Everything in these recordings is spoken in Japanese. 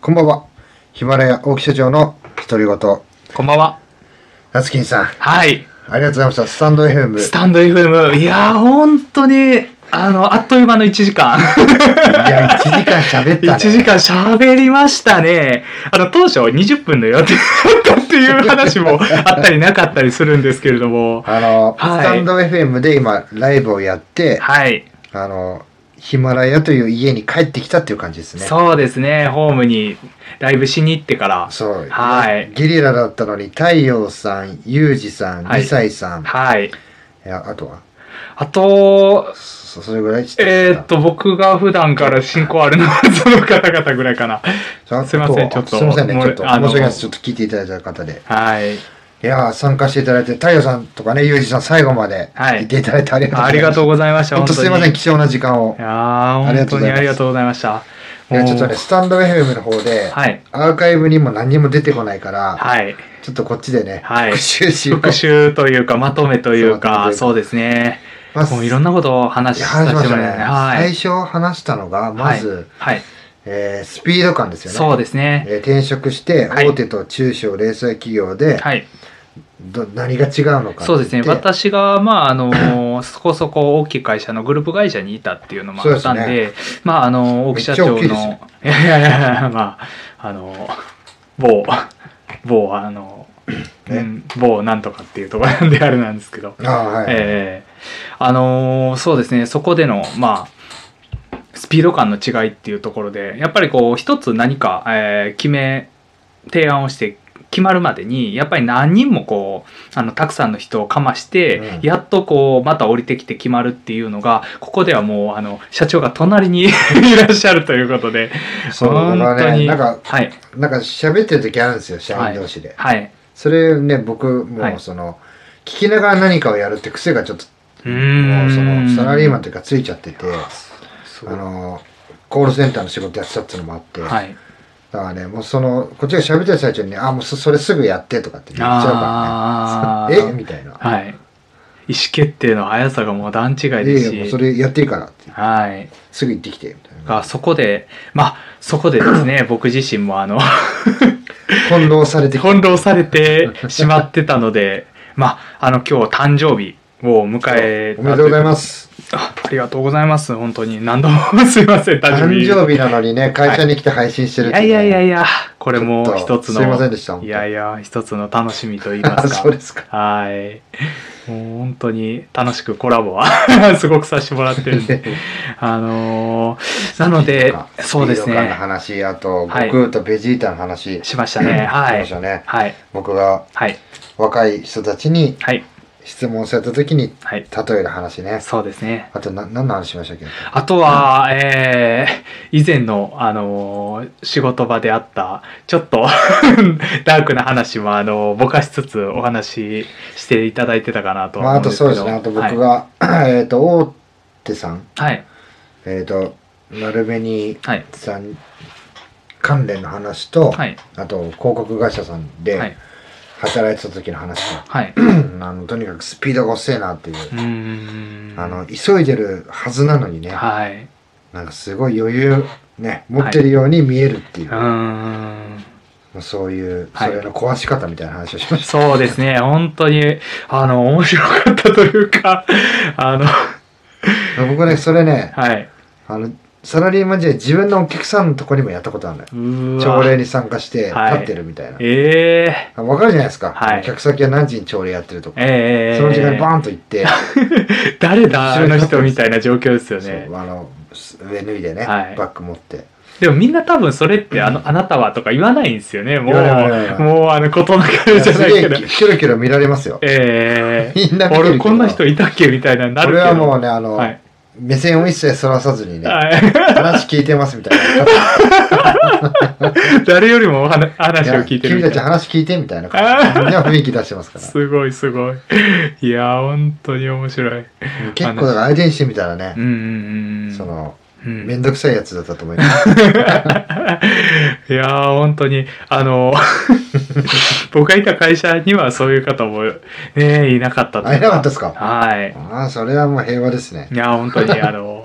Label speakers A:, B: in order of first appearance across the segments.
A: こんばんは。ヒマラヤ大木社長の独り言。
B: こんばんは。
A: ナツキンさん、
B: はい。
A: ありがとうございました。スタンド FM。
B: スタンド FM。いやー、本当に、あの、あっという間の1時間。
A: いや、1時間喋った、ね。
B: 1時間喋りましたね。あの、当初20分の予定だったっていう話 もあったりなかったりするんですけれども。
A: あの、
B: は
A: ス
B: い
A: タンド FM で今、ライブをやって、
B: はい。
A: あの、ヒマラヤという家に帰ってきたっていう感じですね。
B: そうですね。ホームにライブしに行ってから。
A: そう。
B: はい
A: ゲリラだったのに、太陽さん、ユージさん、
B: はい
A: リサイさん、
B: はい。
A: いやあとは、
B: あと、
A: そそれぐらい知ってる
B: えーっと、僕が普段から親交あるのはその方々ぐらいかな。
A: そう
B: すいませんちょっと
A: すいませんね、ち
B: もう
A: ょっと。申し
B: あの
A: 訳ないです。ちょっと聞いていただいた方で。
B: はい。
A: いやー参加していただいて、太陽さんとかね、ユージさん最後まで
B: はい
A: いていただいてありがとうございます。
B: ありがとうございました。
A: 本当すいません、貴重な時間を
B: い。やー本当にありがとうございました。
A: いや、ちょっとね、
B: も
A: スタンド FM の方で、
B: うはい。
A: アーカイブにも何にも出てこないから、
B: はい。
A: ちょっとこっちでね、
B: はい
A: 復習しよう。
B: 復習というか、まとめというか、
A: そ
B: そ
A: ま
B: う
A: とめというか
B: うですね。
A: まず
B: もういろんなことを話
A: い
B: し
A: や
B: さ
A: 話し
B: せ
A: ま
B: て
A: した
B: も
A: ね
B: らいました。はい
A: 最。初話したのが、まず、
B: はい。はい
A: えースピード感ですよね。
B: そうですね。
A: えー転職して、
B: はい
A: 大手と中小零細企業で、
B: はい。
A: ど何が違うのか
B: そうですね。
A: って言って
B: 私が、まあ、あの、そこそこ大きい会社のグループ会社にいたっていうのもあったん
A: そう
B: で、まあ、あの、大木社長の、
A: めっ
B: い
A: ちゃ
B: や
A: 大
B: いやいやいや、まあ、あの、某、某、あの、
A: ね
B: うん某なんとかっていうところなんであれなんですけど、
A: ああ、はい。
B: ええあのーそうですねそこでのまあスピード感の違いっていうところでやっぱりこう一つ何か、えー決め提案をして決まるまでにやっぱり何人もこうあのたくさんの人をかまして、
A: うん
B: やっとこうまた降りてきて決まるっていうのがここではもうあの社長が隣に いらっしゃるということで
A: そうだからね、なんか、
B: はい
A: なんか喋ってる時あるんですよ、社員同士で。
B: はい
A: それね、僕
B: は
A: も
B: い
A: その、聞きながら何かをやるって癖がちょっと、
B: うー
A: もうその
B: ん
A: サラリーマンというかついちゃってて、
B: そう
A: あの、コールセンターの仕事やってたっていうのもあって、
B: はい
A: だからね、もうその、こっちが喋ってる最中にね、あ、もうそそれすぐやってとかって言っちゃう
B: あ
A: から
B: ー
A: ね。 えみたいな。
B: はい。意思決定の速さがもう段違い
A: いや
B: です
A: いや、もう
B: し
A: そ。れやっていいからって。
B: はい。
A: すぐ行ってきて、みたいな。
B: が、そこで、まあ、そこでで すね、僕自身もあの、
A: 翻弄されてきて。
B: 翻弄されてしまってたので、まあ、あの、今日誕生日を迎え。
A: おめでとうございますす。
B: あありがとうございます。本当に。何度もすい ません、誕
A: 誕
B: 生日。
A: 生日なのにね、会社に来て配信してる
B: い
A: っ
B: や
A: てね
B: いやいやいや、これも
A: ちょっと
B: 一つの、
A: すいませんでした本当
B: いやいや、一つの楽しみと言いま
A: あ、
B: す
A: そ
B: か
A: う。です か。
B: はい。もう本当に楽しくコラボは すごくさせてもらってるんで。あのーなので、そうです
A: スピード感の
B: ね。
A: 話、あと、
B: はい
A: 悟空とベジータの話、
B: しましたね。は
A: し
B: い
A: まし。たね。
B: はい。
A: 僕が
B: はい。
A: 若い人たちに
B: はい。
A: 質問された時に
B: はい。
A: 例える話ね。
B: そうですね。
A: あと、な、何の話しましたっけ
B: あとは、えー、以前の、あのー仕事場であった、ちょっと、 ダークな話も、あのーぼかしつつお話ししていただいてたかなと
A: まあ、
B: は
A: あ
B: 思
A: と
B: うんです
A: そう
B: けど。
A: ですね。あと僕が、 えっと、大手さん、
B: はい。はい。
A: えっと、丸紅
B: はい。
A: さん関連の話と、
B: はい。
A: あと、広告会社さん
B: は
A: で
B: い。
A: 働いてた時の話と、
B: はい。
A: あの、とにかくスピードが遅いなっていう。
B: うーん。
A: あの、急いでるはずなのにね、
B: はい。
A: なんかすごい余裕、ね、持ってるように見えるっていうう、
B: ーん。
A: もうそういう、そ
B: はい
A: れの壊し方みたいな話をしました。
B: そうですね、本当に、あの、面白かったというか、 あの、
A: 僕ね、それね、
B: はい。
A: あの、サラリーマン時代自分のお客さんのとこにもやったことあるのよ。
B: うーわ
A: 朝礼に参加して立
B: はい
A: ってるみたいな。
B: ええ
A: あわ、かるじゃないですか。
B: はい
A: お客先は何時に朝礼やってるとか。
B: ええ
A: その時間にバーンと行って、
B: 誰だ、あの人みたいな状況ですよね
A: そ。うあのす上脱いでね、
B: はい
A: バッグ持って。
B: でもみんな多分それって、あの、あなたはとか言わないんですよね、も、
A: 言わない言わないう
B: もう、あの、ことなかれ じゃ
A: す
B: ない
A: げ
B: けど。
A: えキロキロ見られますよ。
B: ええ
A: みんな見てるけ
B: 俺、
A: ど
B: こんな人いたっけみたいな、なる
A: 俺
B: けど。
A: はもうね、あの、
B: はい。
A: 目線を一切そらさずにね、
B: はい。
A: 話聞いてますみたいな。
B: 誰よりもお話
A: い
B: 話を
A: や
B: 聞いて
A: 君
B: るみ
A: た
B: たい
A: ち
B: な。
A: 話聞いてみたいな感じみんな雰囲気出してます から。
B: すごい、すごい。いやー、本当に面白い。
A: 結構だから相手にしてみたら
B: う
A: ね、
B: んうんうん。
A: その、
B: うん、
A: めんどくさいやつだったと思います。
B: いやー、本当に、あの、 僕がいた会社にはそういう方もね、いなかったと
A: あ、いなかったですか
B: はい。
A: ああ、それはもう平和ですね。
B: いやー、本当に、 あの、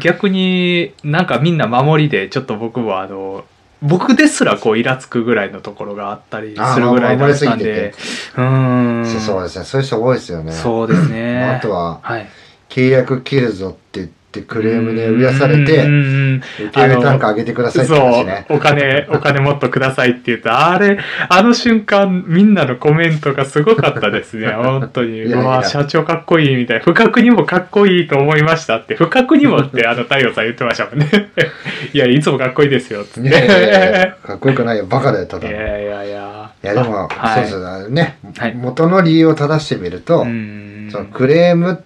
B: 逆になんかみんな守りで、ちょっと僕はあの、僕ですらこうイラつくぐらいのところがあったりするぐらい
A: あー
B: だ
A: 守り
B: っ
A: すぎ
B: たん
A: て
B: で
A: て
B: うーん
A: そうそうですね。そういう人多いですよね。
B: そうですね
A: あとは
B: はい
A: 契約切るぞって言ってクレームで売らされ
B: う
A: て、
B: んうんうん
A: 受け入れ単価上げてくださいって話ね。
B: そう、お金、お金もっとくださいって言うと、あれ、あの瞬間、みんなのコメントがすごかったです ね、本当
A: い
B: に。
A: やいや
B: うわ社長かっこいいみたいな。不覚にもかっこいいと思いましたって、不覚にも って、あの、太陽さん言ってましたもんね。 いや、いつもかっこいいですよ、つって。
A: い
B: い
A: やいやい
B: や
A: やかっこよくないよ。バカだよ、ただの。い
B: いやいや。
A: や、でも、
B: あ
A: そうそうだね
B: はい。
A: 元の理由を正してみると
B: う、ん
A: そのクレームっ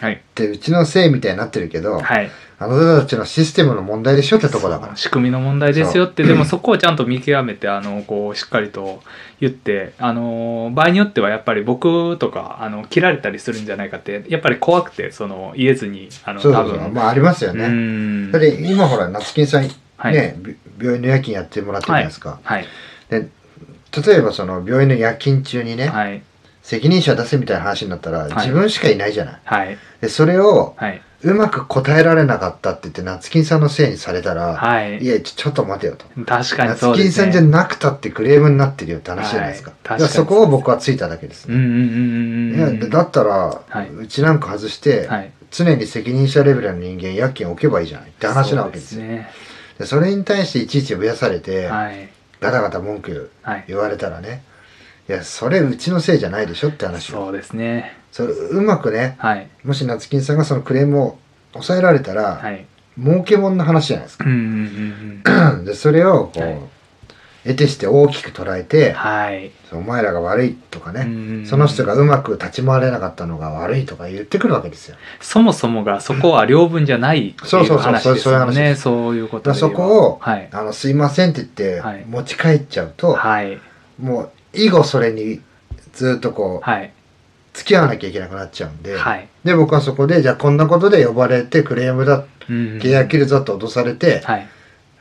B: はい。
A: てうちのせいみたいになってるけど、
B: はい。
A: あなたたちのシステムの問題でしょってとこだから。
B: 仕組みの問題ですよってでもそこをちゃんと見極めてあのこうしっかりと言ってあの場合によってはやっぱり僕とかあの切られたりするんじゃないかってやっぱり怖くてその言えずにあの
A: そうそ
B: 多
A: うそう。
B: 分
A: まあ、ありますよ
B: う
A: ね。
B: ん
A: だって今ほら、夏金さん、
B: はい
A: ね、び病院の夜勤やってもらってるじゃないですか。
B: はい
A: で、例えばその病院の夜勤中にね、
B: はい
A: 責任者出せみたいな話になったら、
B: い
A: 自分しかいないじゃない。
B: はい
A: で、それを
B: はい
A: うまく答えられなかったって言って、夏金さんのせいにされたら、
B: はい
A: いや、ちょちょっと待てよと。
B: 確かに
A: 夏
B: そう
A: 金
B: です
A: さんじゃ
B: ね
A: なくたってクレームになってるよって話じゃないですか。
B: はい
A: だか
B: 確からに
A: そこを僕はついただけです
B: う
A: ね。
B: んうんうん
A: い
B: うん
A: や
B: うん
A: だったら、
B: はいう
A: ちなんか外して、
B: はい
A: 常に責任者レベルの人間夜勤置けばいいじゃないって話なわけです
B: そう
A: よ。
B: ね
A: でそれに対していちいち増やされて、
B: はい
A: ガタガタ文句
B: はい
A: 言われたらね、いや、それうちのせいじゃないでしょって話を。
B: そうですね
A: それうまくね、
B: はい
A: もし夏金さんがそのクレームを抑えられたら、
B: はい
A: 儲けもんの話じゃないですか。
B: うんうんうんうん
A: でそれをこう、
B: はい
A: 得てして大きく捉えて、
B: はい
A: お前らが悪いとか
B: うん
A: ね、
B: うんうん
A: その人がうまく立ち回れなかったのが悪いとか言ってくるわけですよ。
B: そもそもがそこは両分じゃないって
A: そう
B: い
A: そううそう
B: 話です
A: そうそう
B: よ
A: いう話
B: ね。
A: で
B: そういう
A: だ
B: こ
A: か
B: と
A: ら
B: で
A: そ
B: 言えば
A: こを、
B: はい。
A: あのすいませんって言って
B: はい
A: 持ち帰っちゃうと、
B: はい。
A: もう以後それにずっとこう
B: はい。
A: 付き合わなきゃいけなくなっちゃうんで、
B: はい。
A: で僕はそこでじゃあこんなことで呼ばれてクレームだ
B: 契
A: 契約切るぞと脅されて、
B: はい。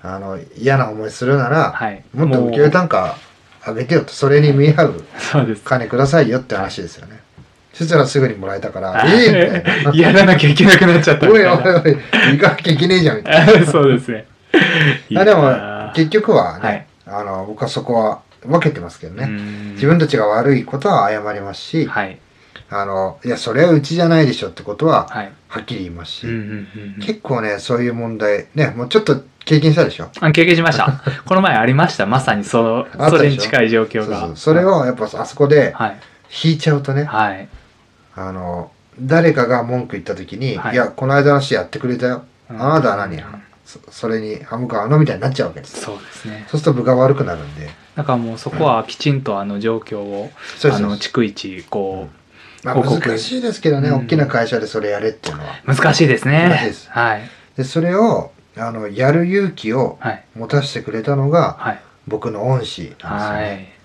A: あの嫌な思いするなら、
B: はい。
A: もっと受け入れ
B: も
A: 単価上げてよとそれに見合う
B: うそ うです。
A: 金くださいよって話ですよね。そしたらすぐにもらえたから、
B: はい
A: ええみたいな。
B: やらなきゃいけなくなっちゃったみ
A: おいお
B: たい
A: いおい、行かなきゃいけねえじゃんみたいな。
B: な。 そうですね。
A: あでも
B: や、ー
A: 結局はね、
B: はい
A: あの、僕はそこは分けてますけど
B: う
A: ね。
B: ん
A: 自分たちが悪いことは謝りますし、
B: はい。
A: あの、いや、それはうちじゃないでしょってことは、
B: はい。
A: はっきり言いますし、
B: うんうんうんうん
A: 結構ね、そういう問題、ね、もうちょっと経験したでしょ
B: あ経験しました。 この前ありました。まさにそ
A: あ
B: の、
A: った
B: それ
A: でしょ
B: に近い状
A: そう
B: 況
A: そ
B: が。
A: うそれを、やっぱあそこで
B: はい。
A: 引いちゃうとね、
B: はい。
A: あの、誰かが文句言った時に、
B: はい
A: い、や、この間の話やってくれたよ。あ
B: うん
A: なたは何や、そそれに歯向かうのみたいになっちゃうわけです。
B: そうですね。
A: そうすると部が悪くなるんで。
B: だからもうそこはきちんとあの状況を、
A: そうで
B: あ
A: す
B: の、
A: ね。
B: 逐一、こう、
A: まあ、
B: 広告
A: 難しいですけどね、
B: うん
A: 大きな会社でそれやれっていうのは。
B: 難しいです
A: 難しい
B: ね
A: で。す
B: はい。
A: で、それを、あの、やる勇気を
B: はい。
A: 持たせてくれたのが、
B: はい。
A: 僕の恩師なん
B: は
A: ですよね。
B: い。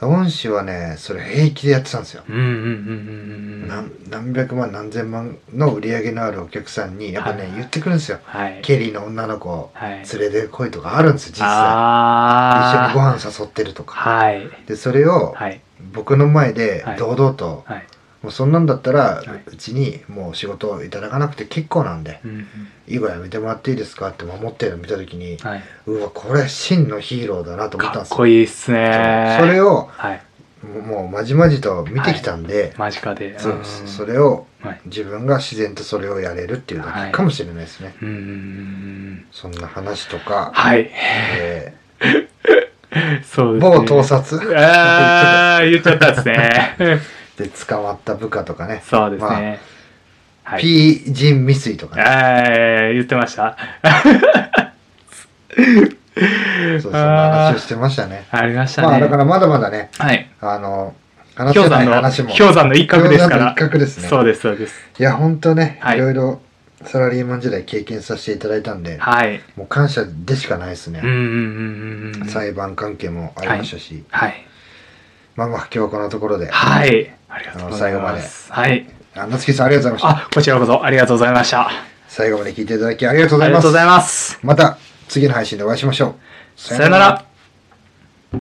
A: 恩師はね、それ平気でやってたんですよ。
B: うんうんうんうんうんう。
A: なんん何百万何千万の売り上げのあるお客さんにやっぱね、
B: はい
A: 言ってくるんですよ
B: はい。
A: ケリーの女の子を
B: はい。
A: 連れてこいとかあるんですよ実際一緒にご
B: ああ。
A: 飯誘ってるとか。
B: はい。
A: で、それを
B: はい。
A: 僕の前で
B: はい
A: 堂々と、
B: はい。
A: もうそんなんだったら
B: はいう
A: ちにもう仕事をいただかなくて結構なんで、
B: うんうん
A: 以後やめてもらっていいですかって守ってるの見た時に、
B: はいう
A: わ、これ真のヒーローだなと思ったん
B: か
A: で
B: っ
A: すよ。
B: こいいっすね。
A: そうそれ
B: を。
A: を
B: はい。
A: もうもうまじまじと見てきたんで、
B: 間近で。
A: そう
B: うん
A: それを
B: はい。
A: 自分が自然とそれをやれるっていうだけかもしれないですね。
B: うんうんうんうん。
A: そんな話とか、
B: はい。
A: え
B: そう
A: ー
B: ですね。
A: 某盗撮
B: ああ、言っちゃったっすね。
A: で捕まった部下とかね、
B: そうです
A: ま
B: ね。はい。
A: ピー人未遂とかね。
B: ああ、言ってました。
A: そうそう、
B: あー
A: 話をしてましたね。
B: ありましたね。
A: まあ、だからまだまだね、
B: はい。
A: あの、話
B: 氷
A: せな
B: 山
A: い
B: の、
A: 話も。
B: 氷山の一角ですから。
A: 氷山の一角ですね。
B: そうです、そうです。
A: いや、ほんとね、
B: はい
A: いろいろサラリーマン時代経験させていただいたんで、
B: はい。
A: もう感謝でしかないです
B: うんう
A: ね。
B: んうんうんうん。
A: 裁判関係もありましたし、
B: はい。
A: まあまあ、今日はこのところで、
B: はい。ありがとうございます。はい。
A: あ夏木さんありがとうございまし
B: あ、こちらこそありがとうございました。あ
A: た。最後まで聞いていただきありがとうご
B: り
A: ざい
B: が
A: ま
B: とう
A: す
B: ご。ざいます。
A: また次の配信でお会いしましょう。
B: さよなら。